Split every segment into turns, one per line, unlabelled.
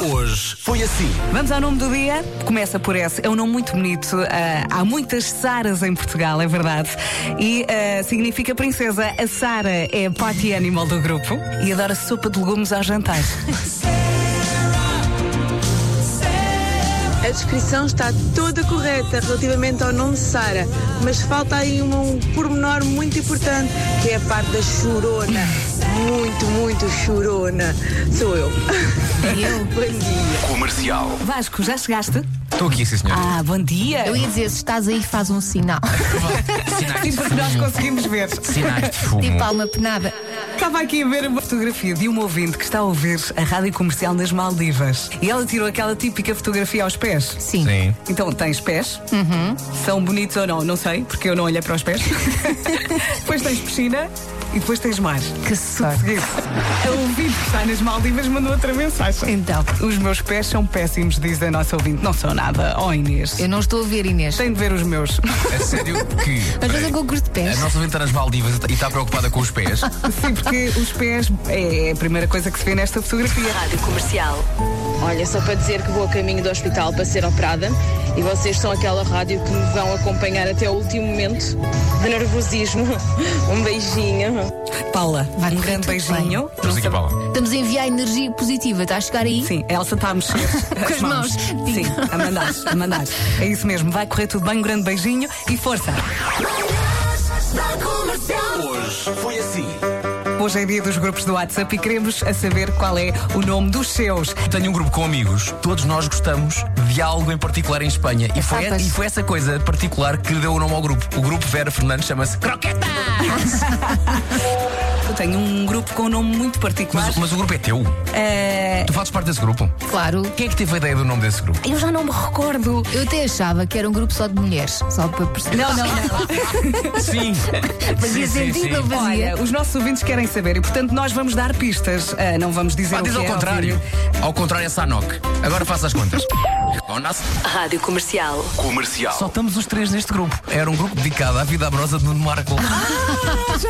Hoje foi assim.
Vamos ao nome do dia? Começa por S. É um nome muito bonito. Ah, há muitas Saras em Portugal, é verdade. E ah, significa princesa. A Sara é a party animal do grupo e adora sopa de legumes ao jantar.
A descrição está toda correta relativamente ao nome Sara, mas falta aí um, um pormenor muito importante, que é a parte da chorona. Muito, muito chorona. Sou eu.
eu?
Bom dia.
Comercial.
Vasco, já chegaste?
Estou aqui, sim, senhor.
Ah, bom dia.
Eu ia dizer, se estás aí, faz um sinal.
Sinais
Sim,
de
porque nós
fumo.
conseguimos ver.
Sinais de fumo.
tipo alma penada.
Estava aqui a ver uma fotografia de um ouvinte que está a ouvir a rádio comercial nas Maldivas. E ela tirou aquela típica fotografia aos pés.
Sim.
Sim.
Então, tens pés?
Uhum.
São bonitos ou não? Não sei, porque eu não olhei para os pés. depois tens piscina e depois tens mar.
Que sorte.
Seguido. A ouvinte que está nas Maldivas mandou outra mensagem.
Então,
Os meus pés são péssimos, diz a nossa ouvinte. Não são nada. Oh, Inês.
eu não estou a ver, Inês.
Tenho de ver os meus.
É sério que.
Mas faz um concurso de
A
pés.
nossa ouvinte está nas Maldivas e está preocupada com os pés.
Sim, porque os pés é a primeira coisa que se vê nesta fotografia.
Rádio Comercial.
Olha, só para dizer que vou a caminho do hospital para ser operada e vocês são aquela rádio que me vão acompanhar até o último momento de nervosismo. Um beijinho.
Paula,
Vai
um
correr
grande
tudo
beijinho.
Vamos aqui, Paula.
Estamos a enviar energia positiva. Está a chegar aí?
Sim, a Elsa está a mexer.
Com as mãos.
Sim, a mandar, a mandar. É isso mesmo, vai correr tudo bem, um grande beijinho e força.
Hoje foi assim.
Hoje é dia dos grupos do WhatsApp e queremos a saber qual é o nome dos seus.
Tenho um grupo com amigos, todos nós gostamos de algo em particular em Espanha. E foi,
Tapas.
e foi essa coisa particular que deu o nome ao grupo. O grupo Vera Fernandes chama-se Croqueta!
Eu tenho um grupo com um nome muito particular.
Mas, mas o grupo é teu.
Eh,
Tu fazes parte desse grupo.
Claro.
Quem é que teve a ideia do nome desse grupo?
eu já não me recordo.
Eu até achava que era um grupo só de mulheres. Só para perceber.
Não, não, não.
Sim.
Fazia sentido, não fazia?
Olha, os nossos ouvintes querem saber e, portanto, nós vamos dar pistas. Ah, não vamos dizer
Pá,
o
diz
que
ao
é,
contrário. Ao contrário é Sanoc. Agora faça as contas. Bom, nossa.
Rádio Comercial.
Comercial.
Só estamos os três neste grupo. Era um grupo dedicado à vida amorosa de Nuno Marco.
óbvio.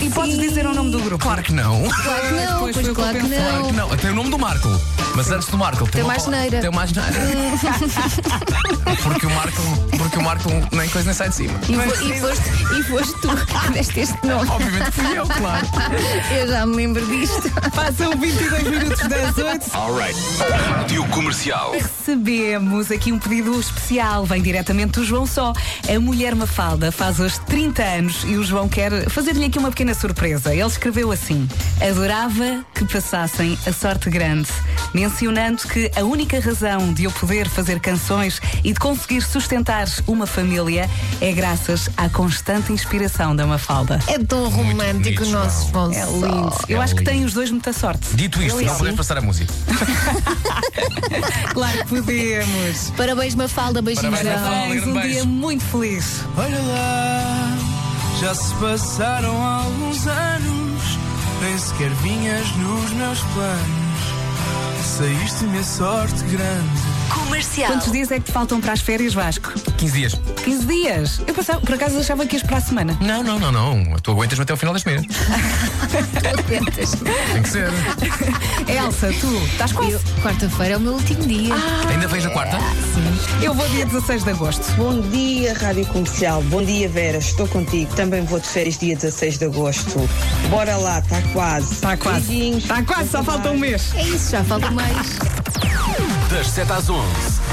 E podes Ah, dizer o nome do grupo.
Claro que não.
Claro que não.
Pois
Pois,
foi o que eu
claro que
pensei.
não.
Claro que não. Tem o nome do Marco. Mas antes do Marco,
Tem
uma
mais
palavra-
neira.
Tem mais neira. porque o Marco, porque o Marco nem coisa nem sai de cima.
E, fo- e foste, e foste tu que deste este nome.
Obviamente fui eu, claro.
Eu já me lembro disto.
Passam 22 minutos das 8.
Alright. Rádio Comercial.
Recebemos aqui um pedido especial, vem diretamente do João Só. A mulher Mafalda faz hoje 30 anos e o João quer fazer-lhe aqui uma pequena surpresa. Ele escreveu assim: Adorava que passassem a sorte grande, mencionando que a única razão de eu poder fazer canções e de conseguir sustentar uma família é graças à constante inspiração da Mafalda.
É tão romântico
bonito,
o nosso
João.
Sponsor.
É lindo. Eu
é
acho que
lindo.
têm os dois muita sorte.
Dito isto,
Ele
não
é.
podemos passar a música.
Claro que podemos.
Parabéns, Mafalda. Beijinhos,
Parabéns,
João.
Mafalda. Um
Parabéns, um
grande
dia
beijo.
muito feliz.
Olha lá, já se passaram alguns anos, nem sequer vinhas nos meus planos. Saíste-me a sorte grande.
Então.
Comercial.
Quantos dias é que te faltam para as férias, Vasco?
15 dias.
15 dias. Eu passava, por acaso achava que ias para a semana.
Não, não, não, não. Tu aguentas-me até o final deste mês. Tem que ser.
Elsa, tu estás quase. Eu,
Eu- Quarta-feira é o meu último dia.
Ainda vens a quarta?
vou dia 16 de agosto.
Bom dia, Rádio Comercial. Bom dia, Vera. Estou contigo. Também vou de férias dia 16 de agosto. Bora lá, está quase.
Está Tá quase.
Beijinhos.
Está quase, só falta um mês.
É isso, já falta mais.
Das 7 às 11,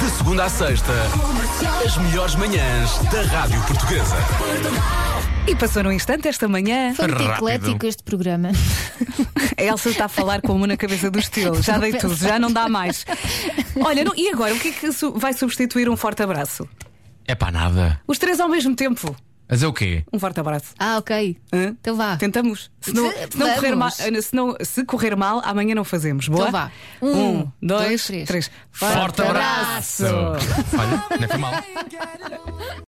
de segunda à sexta, as melhores manhãs da Rádio Portuguesa.
E passou num instante esta manhã.
Foi muito
Rápido.
eclético este programa.
A Elsa está a falar com a mão na cabeça do estilo. Já dei tudo, já não dá mais. Olha, não- e agora? O que é que su- vai substituir um forte abraço?
É pá, nada.
Os três ao mesmo tempo.
Mas é o quê?
Um forte abraço.
Ah, ok.
Hã?
Então vá.
Tentamos. Se, não,
Se-
se não correr mal, eh,
vamos.
se, não- se correr mal, amanhã não fazemos. Boa?
Então vá.
Um,
Um,
dois,
dois, três.
três.
é Olha, nem foi mal.